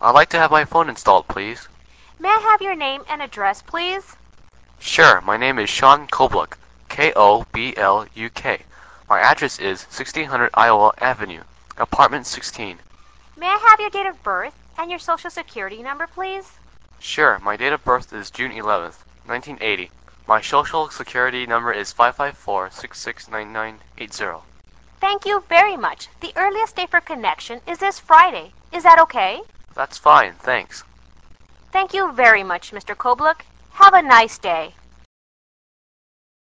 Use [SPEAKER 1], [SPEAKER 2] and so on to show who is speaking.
[SPEAKER 1] I'd like to have my phone installed, please.
[SPEAKER 2] May I have your name and address, please?
[SPEAKER 1] Sure, my name is Sean Kobluk, K O B L U K. My address is 1600 Iowa Avenue, apartment 16.
[SPEAKER 2] May I have your date of birth and your social security number, please?
[SPEAKER 1] Sure, my date of birth is June 11th, 1980. My social security number is 554 669980.
[SPEAKER 2] Thank you very much. The earliest day for connection is this Friday. Is that okay?
[SPEAKER 1] That's fine, thanks.
[SPEAKER 2] Thank you very much, Mr. Kobluch. Have a nice day.